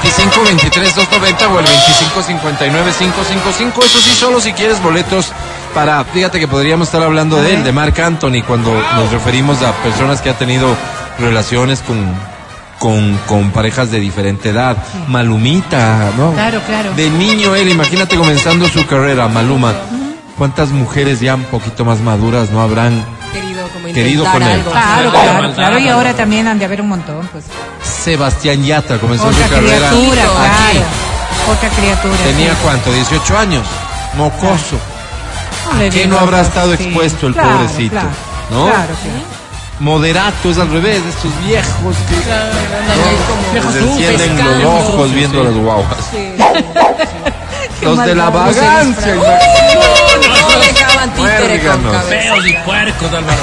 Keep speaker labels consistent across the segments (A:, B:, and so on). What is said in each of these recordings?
A: 2523-290 o el 2559-555. Eso sí, solo si quieres boletos para. Fíjate que podríamos estar hablando de él, de Marc Anthony, cuando nos referimos a personas que ha tenido relaciones con. Con, con parejas de diferente edad. Malumita, ¿no?
B: Claro, claro.
A: De niño él, imagínate comenzando su carrera, Maluma. ¿Cuántas mujeres ya un poquito más maduras no habrán
C: Querido, como
A: Querido
C: intentar
A: con él.
C: algo.
B: Ah,
A: Claro,
B: Claro, claro,
A: claro.
B: claro. Y ahora también han de haber un montón, pues.
A: Sebastián Yatra comenzó
B: Otra
A: su carrera.
B: criatura,
A: aquí.
B: claro. Otra criatura.
A: Tenía
B: sí.
A: cuánto, 18 años, mocoso.
B: No le
A: ¿Qué
B: digo
A: no habrá
B: cosas,
A: estado
B: sí.
A: expuesto el
B: Claro,
A: pobrecito?
B: claro,
A: ¿No?
B: Claro, claro.
A: Moderato es al revés, estos viejos que
C: Como
A: se encienden los ojos viendo las guaguas.
B: Qué
A: Los de la
B: malvados eres,
A: vagancia.
B: Fran.
A: imagínate.
C: No dejaban títere con
A: Muérganos.
C: cabeza.
D: Feos y puercos, Álvaro.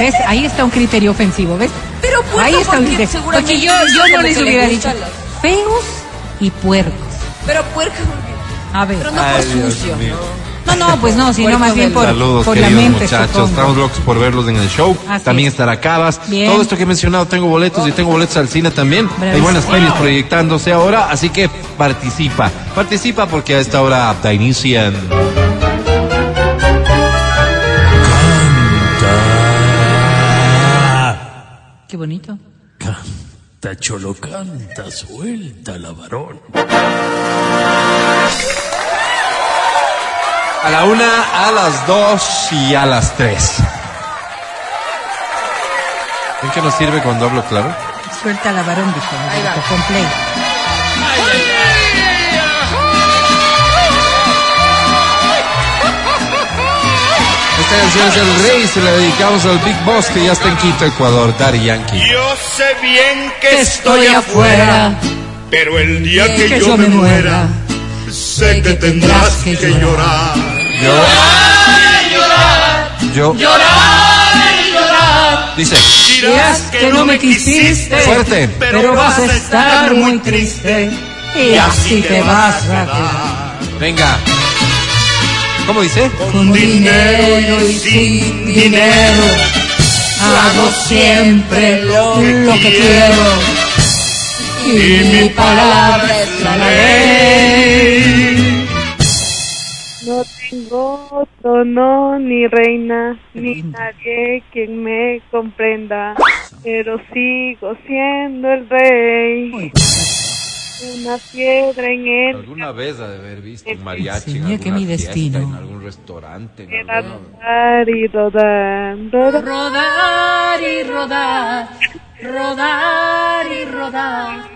B: ¿Ves? Ahí está un criterio ofensivo, ¿ves?
C: Pero pues,
B: Ahí está un
C: porque
B: criterio.
C: seguramente
B: Porque yo,
C: es
B: yo no
C: como
B: les
C: que le
B: hubiera dicho
C: gustan
B: feos y puercos.
C: las- Pero puerco,
B: A ver.
C: pero no por
A: Ay, Dios
C: sucio.
A: mío.
B: No, no, pues no, sino
C: Puerco
B: más bien
C: del-
B: por,
A: Saludos,
B: por la
A: queridos
B: mente.
A: muchachos.
B: supongo.
A: Estamos locos por verlos en el show.
B: Así
A: también
B: es.
A: estará Cabas.
B: Bien.
A: Todo esto que he mencionado, tengo boletos y tengo boletos al cine también. Hay buenas pelis proyectándose ahora, así que participa. Participa porque a esta hora apta inician.
B: Qué bonito.
D: Canta, cholo, canta, suelta la varón.
A: A la una, a las dos y a las tres. ¿Ven que nos sirve cuando hablo claro?
B: Suelta la varón, dijo.
C: Ahí va.
B: dijo, Con play.
A: Esta canción es El Rey, se la dedicamos al Big Boss que ya está en Quito, Ecuador, Daddy Yankee.
E: Yo sé bien que
C: Estoy afuera.
E: Pero el día que,
B: que
E: yo,
B: yo
E: me
B: me
E: muera,
C: sé
E: sé que
C: que tendrás
E: tendrás que,
C: que
E: llorar.
A: Yo. Dice,
E: Dirás que, no me quisiste,
A: Fuerte.
E: pero, vas a estar muy triste.
B: Y así te vas
E: a
B: rápido.
A: venga. ¿Cómo dice?
E: Con dinero y sin dinero, hago siempre lo que,
B: Lo que quiero.
E: Y mi palabra es la ley.
F: No tengo trono, ni reina, ni nadie quien me comprenda, pero sigo siendo el rey. Una piedra en el
A: Alguna vez ha de haber visto un
B: Sí,
A: mariachi en
B: mira que
A: alguna
B: mi
A: fiesta,
B: destino.
A: en algún restaurante. en
F: era
A: alguna-
F: rodar y rodar, rodar.
C: Rodar y rodar. Rodar y rodar.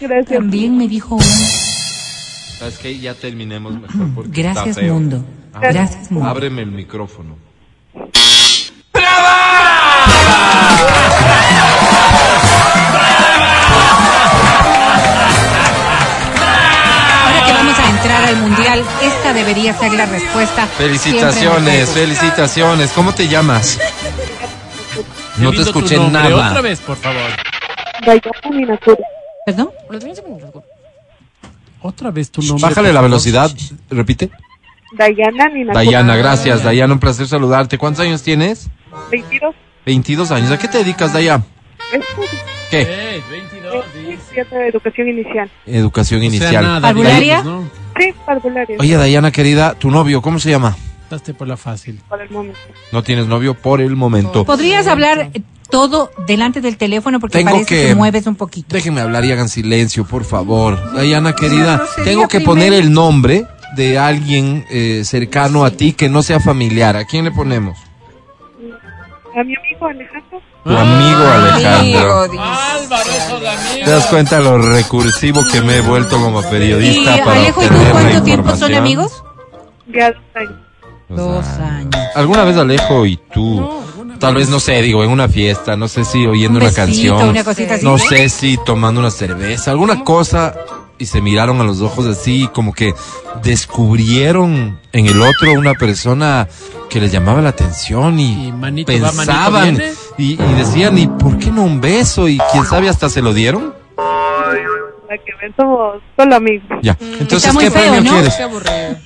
F: Gracias.
B: También me dijo un
A: ¿Sabes qué? Ya terminemos mejor porque
B: gracias
A: está feo.
B: mundo. Gracias mundo.
A: Ábreme el micrófono.
B: Ahora que vamos a entrar al mundial, esta debería ser la respuesta.
A: Felicitaciones,
B: Siempre
A: felicitaciones. ¿Cómo te llamas? No te
D: Repito tu
A: escuché
D: nombre
A: nada.
D: Otra vez, por favor.
F: Dayana Minakura.
B: nos- Perdón.
D: Otra vez tu
G: Pues
D: nombre.
A: Bájale
D: por
A: la
D: favor.
A: velocidad. Repite.
F: Dayana Minakura.
A: Dayana, gracias. Dayana, un placer saludarte. ¿Cuántos años tienes?
F: 22.
A: 22 años. ¿A qué te dedicas, Dayana?
F: Es
A: ¿Qué?
D: Eh, 22, dice.
F: de educación inicial.
A: Educación
D: O sea,
A: inicial.
D: nada,
B: ¿Parvularia?
D: digamos, ¿no?
F: Sí, parvulario.
A: Oye, Dayana, querida, tu novio, ¿cómo se llama?
D: Pasaste por la fácil.
F: Por el momento.
A: No tienes novio por el momento.
B: ¿Podrías hablar eh, todo delante del teléfono porque
A: Tengo
B: parece que...
A: que-
B: mueves un poquito?
A: Déjenme hablar y hagan silencio, por favor. Dayana,
B: Una
A: querida,
B: grosería
A: tengo que
B: primero.
A: poner el nombre de alguien eh, cercano a ti que no sea familiar. ¿A quién le ponemos?
F: A mi amigo Alejandro.
A: Tu amigo
B: Ah,
A: Alejandro.
C: Amigo, dice.
D: Álvaro,
A: ¿Te das cuenta lo recursivo que me he vuelto como
B: ¿Y
A: periodista para
B: Alejo y tú
A: obtener la
B: cuánto tiempo son
A: información?
B: amigos?
F: Ya dos años.
A: Dos
B: Dos
A: años.
B: años.
A: ¿Alguna vez Alejo y tú? Tal vez, no sé, digo, en una fiesta, no sé si oyendo una
B: Un besito,
A: canción.
B: una cosita así.
A: No sé si tomando una cerveza, alguna cosa, y se miraron a los ojos así, como que descubrieron en el otro una persona que les llamaba la atención y,
D: Y manito va, manito
A: pensaban
D: viene.
A: y, y decían, ¿y por qué no un beso? Y quién sabe, hasta se lo dieron.
F: La que ven somos solo amigos.
A: Ya. Entonces,
B: muy
A: ¿qué
B: feo,
A: premio
B: ¿no?
A: quieres?
C: Qué aburrido.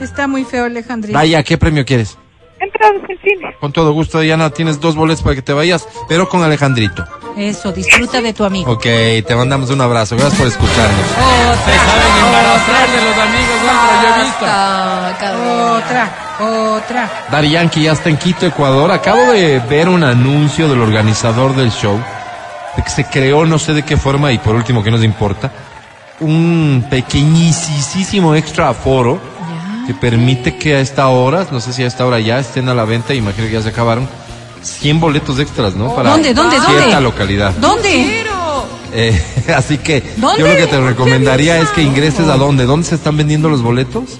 B: Está muy feo, Alejandrito.
A: Vaya, ¿qué premio quieres?
F: Entramos al cine.
A: Con todo gusto, Diana, tienes dos boletos para que te vayas, pero con Alejandrito.
B: Eso, disfruta de tu amigo.
A: Ok, te mandamos un abrazo. Gracias por escucharnos.
D: Se saben embarazar de los amigos, ¿no? Pero yo he visto.
C: Basta, cabrón.
B: Otra, otra.
A: Dari Yankee ya está en Quito, Ecuador. Acabo de ver un anuncio del organizador del show de que se creó, no sé de qué forma, y por último, que nos importa, un pequeñísimo extra aforo que permite que a esta hora, no sé si a esta hora ya estén a la venta, imagino que ya se acabaron, 100 boletos extras, ¿no? Para
B: ¿Dónde, dónde,
A: cierta
B: dónde?
A: localidad.
B: ¿Dónde?
A: Eh, así que
B: ¿Dónde?
A: yo lo que te recomendaría es que ingreses a dónde. ¿Dónde se están vendiendo los boletos?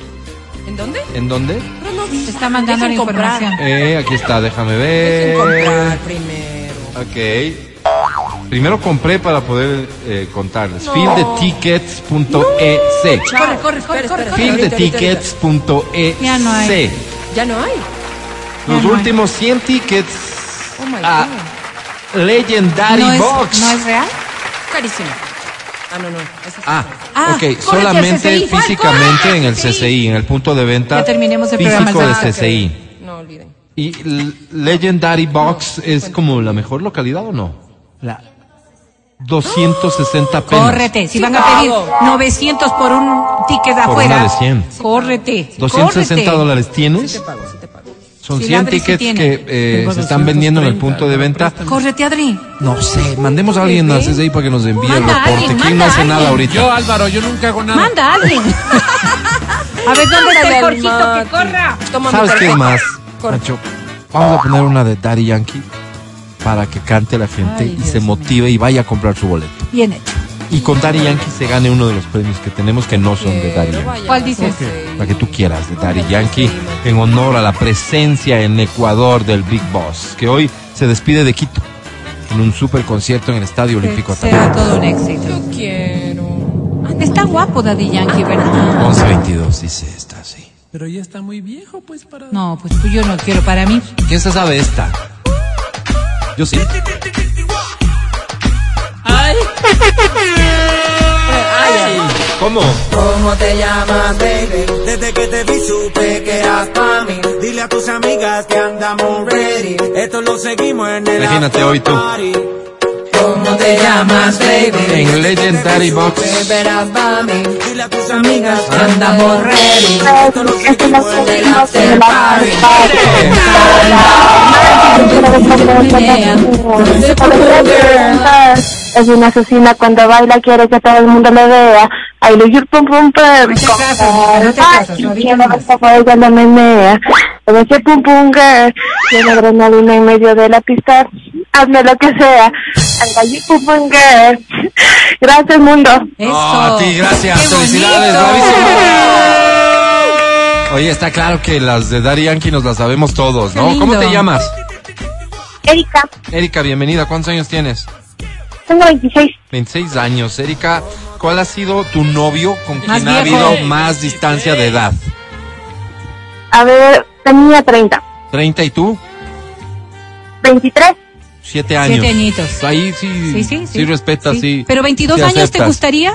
C: ¿En dónde?
A: ¿En dónde?
C: Pero no
B: Te está mandando la
C: Dejen comprar.
B: información.
A: Eh, aquí está, déjame
C: Dejen
A: ver.
C: comprar primero.
A: Ok. Primero compré para poder eh, contarles. E Fieldthetickets.ec.
B: Corre, corre,
C: Espera,
B: corre, corre, corre.
C: espera,
B: Ya no
A: Fieldthetickets.ec.
B: hay.
C: Ya no hay.
A: E Los
B: Ya no hay.
A: últimos 100 tickets
C: Oh my
A: a
C: God.
A: Legendary
B: ¿No
A: Box.
B: es, ¿No es real?
C: Carísimo. Ah, no, no. esa es
A: Ah,
B: Ah,
A: ok,
B: córrete al
A: solamente
B: CCI. ¿Cuál,
A: físicamente
B: cuál?
A: en el CCI, en el punto de venta
B: Ya terminemos el
A: físico
B: programa, Ah,
A: de
C: ok.
A: CCI.
C: No olviden.
A: ¿Y L- Legendary Box es como la mejor localidad o no?
B: ¡Oh!
D: La-
A: 260 pesos.
B: Córrete. Si
C: Sí,
B: van a pedir
C: pago.
B: 900 por un ticket
A: Por
B: afuera.
A: una de 100.
B: Córrete.
A: 260
B: córrete.
A: dólares tienes.
C: Te pago, sí te pago.
A: Son
B: Sí,
A: 100
B: Adri sí
A: tickets
B: tiene.
A: que eh,
D: Tengo
A: se están vendiendo en
D: 230,
A: el punto de
D: pero
A: venta.
D: préstame.
B: Córrete, Adri.
A: No sé, mandemos a alguien a CCI para que nos envíe el
B: Manda a
A: reporte. ¿Quién
B: alguien,
A: no
B: manda
A: hace
B: a
A: nada
B: alguien. ah,
D: Yo,
A: ahorita?
D: Álvaro, yo nunca hago nada.
B: Manda a alguien. a ver, ¿dónde está el
C: Ándale,
B: corjito que
C: Mati.
B: corra?
C: Toma mi
A: ¿Sabes qué
C: tarjeta.
A: más,
C: Corre.
A: Nacho? Vamos a poner una de Daddy Yankee para que cante la gente
B: Ay,
A: y se
B: Dios mío.
A: motive y vaya a comprar su boleto.
B: Bien hecho.
A: Y con Daddy Yankee se gane uno de los premios que tenemos que no son de Daddy
C: Pero
A: Yankee.
C: vaya,
B: ¿Cuál dices?
C: sí.
A: La que tú quieras de Daddy Yankee en honor a la presencia en Ecuador del Big Boss, que hoy se despide de Quito en un super concierto en el Estadio Olímpico
B: Será
A: Atahualpa.
B: todo un éxito. Ah,
C: Yo quiero.
B: Está guapo Daddy Yankee, ¿verdad?
A: 1122 dice esta, sí.
D: Pero ya está muy viejo, pues, para...
B: No, pues tú yo no quiero para mí.
A: ¿Quién se sabe esta? Yo sí.
C: ¡Ay! ¡Ay!
A: ¿Cómo?
H: ¿Cómo te llamas, baby? Desde que te vi supe que eras pa' mí. Dile a tus amigas que andamos ready. Esto lo seguimos en el
A: Imagínate
H: after
A: hoy tú.
H: party. ¿Cómo te llamas, baby?
A: En Legendary Box.
H: Verás pa' mí. Dile a tus amigas
A: Ah.
H: que andamos ready. Esto lo seguimos en el after party.
I: Es una asesina cuando baila quiere que todo el mundo le vea. Ay, lo yur pum pum pum.
B: te casas, mija, no te casas, no digas más.
I: como ella lo menea. Con ese pum pum girl, tiene adrenalina en medio de la pista. Hazme lo que sea. Anda, you pum pum girl. Gracias, mundo.
B: Eso.
A: Oh, a ti, gracias.
B: Qué
A: Felicidades,
B: bonito.
A: bravísimo. Oye, está claro que las de Daddy Yankee nos las sabemos todos,
B: Qué
A: ¿no? ¿Cómo
B: lindo.
A: te llamas?
I: Erika,
A: Erika, bienvenida. ¿Cuántos años tienes?
I: tengo 26.
A: 26 años. Erika, ¿cuál ha sido tu novio con
B: Más
A: quien ha
B: viejo.
A: habido más distancia de edad?
I: A ver, tenía 30.
A: ¿30 y tú?
I: 23.
A: 7 años.
B: Siete añitos.
A: Ahí sí,
B: Sí, sí, sí.
A: respetas, sí.
B: Pero 22
A: sí
B: años te
A: aceptas.
B: gustaría?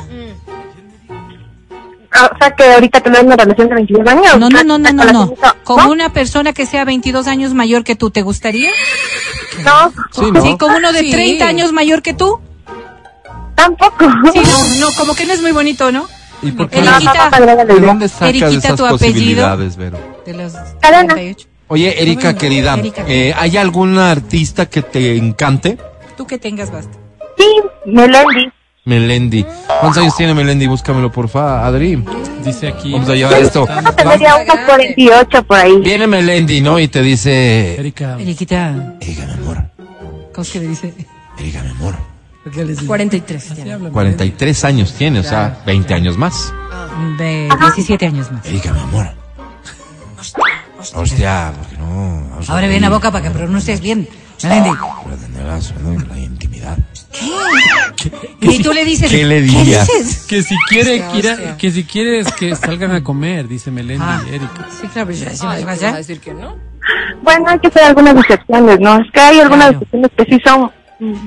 I: Ah, O sea que ahorita tener una relación de 22 años.
B: No, no, no, no, no, no.
I: ¿Cómo?
B: Con una persona que sea 22 años mayor que tú, ¿te gustaría?
I: No,
A: Sí, ¿no?
B: Sí, con uno de
C: Sí.
B: 30 años mayor que tú.
I: tampoco.
B: Sí, no, no, como que no es muy bonito, ¿no?
A: ¿Y por qué?
I: No, no,
B: Eriquita.
I: papá, agrégale
A: ¿De
I: yo.
A: dónde sacas
B: Eriquita,
A: esas
B: tu apellido.
A: posibilidades, Vero?
B: De los
I: Carana.
B: 38.
A: Oye, Erika,
B: Bueno,
A: querida,
B: Erika.
A: eh, ¿hay alguna artista que te encante?
B: Tú que tengas basta.
I: Sí, Melendi.
A: Melendi. ¿Cuántos años tiene Melendi? Búscamelo, porfa, Adri.
D: Dice aquí...
A: Vamos a llevar esto.
I: Yo tendría unos 48 por ahí.
A: Viene Melendi, ¿no? Y te dice...
D: Erika,
B: Eriquita,
A: Erika, mi amor.
B: ¿cómo es que le dice?
A: Erika, mi amor.
C: 43. ya.
D: sí, háblame.
A: 43 años tiene, o sea, 20 años más.
B: De 17 años más.
A: Erika, mi amor. Hostia, porque no. Vamos
B: Ahora ven la boca para que pronuncies bien. Melendi.
A: Para
B: Ah.
A: tener la, la intimidad.
B: Y tú le dices,
A: ¿Qué le dirías?
B: dices?
D: Que si quiere que, ir a-
C: Hostia.
D: que si quieres que salgan a comer, dice Melendi,
B: Ah.
D: Erika.
B: Sí, claro, pero ya, ya,
C: Ay,
B: ya,
C: vas
B: ya.
C: a decir que no?
I: Bueno, hay que hacer algunas excepciones, ¿no? Es que hay algunas
B: Claro.
I: excepciones que sí son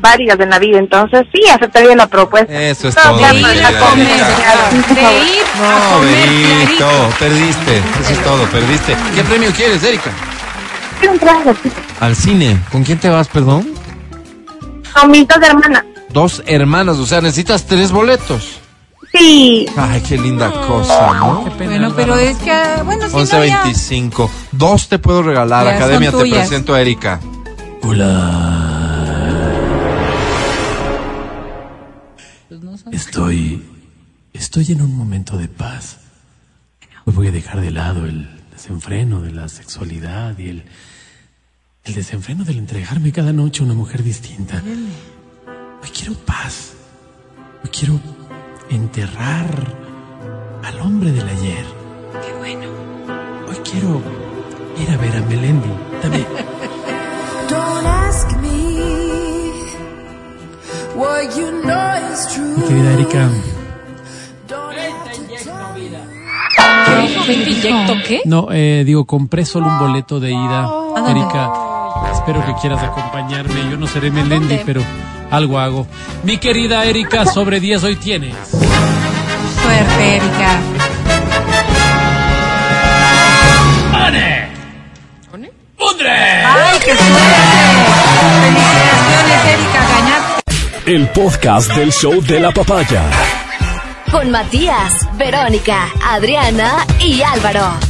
I: válidas en la vida, entonces sí, aceptaría la propuesta.
A: Eso es
I: No,
A: Eh, pues todo,
I: ya,
A: mi
B: De ir
A: querida
B: a comer,
A: Erika.
B: claro. De ir a
A: No,
B: comer,
A: Berito,
B: clarito.
A: perdiste. Eso es todo, perdiste. ¿Qué premio quieres, Erika?
I: Quiero un trago, sí.
A: Al cine. ¿Con quién te vas, perdón?
I: Con mis dos hermanas.
A: Dos hermanas, o sea, necesitas tres boletos.
I: Sí.
A: Ay, qué linda cosa, ¿no?
B: Bueno, pero es que, ah, bueno, si no había-
A: 11.25. Dos te puedo regalar.
B: Ya son
A: Academia, te
B: tuyas.
A: presento a Erika.
G: Estoy. Estoy en un momento de paz. Hoy voy a dejar de lado el desenfreno de la sexualidad y el. El desenfreno del entregarme cada noche a una mujer distinta. Hoy quiero paz. Hoy quiero enterrar al hombre del ayer. Qué bueno. Hoy quiero ir a ver a Melendi también.
E: Don't ask me what you know is
G: Mi
E: true.
G: querida Erika.
C: ¿Qué inyecto qué?
G: No, eh, digo, compré solo un boleto de ida. Erika, espero que quieras acompañarme. Yo no seré Melendi, pero algo hago. Mi querida Erika, sobre 10 hoy tienes.
B: Suerte, Erika. E? ¡Ay, qué suerte! Felicitaciones, Erika, ganaste.
J: El podcast del show de la papaya.
K: Con Matías, Verónica, Adriana y Álvaro.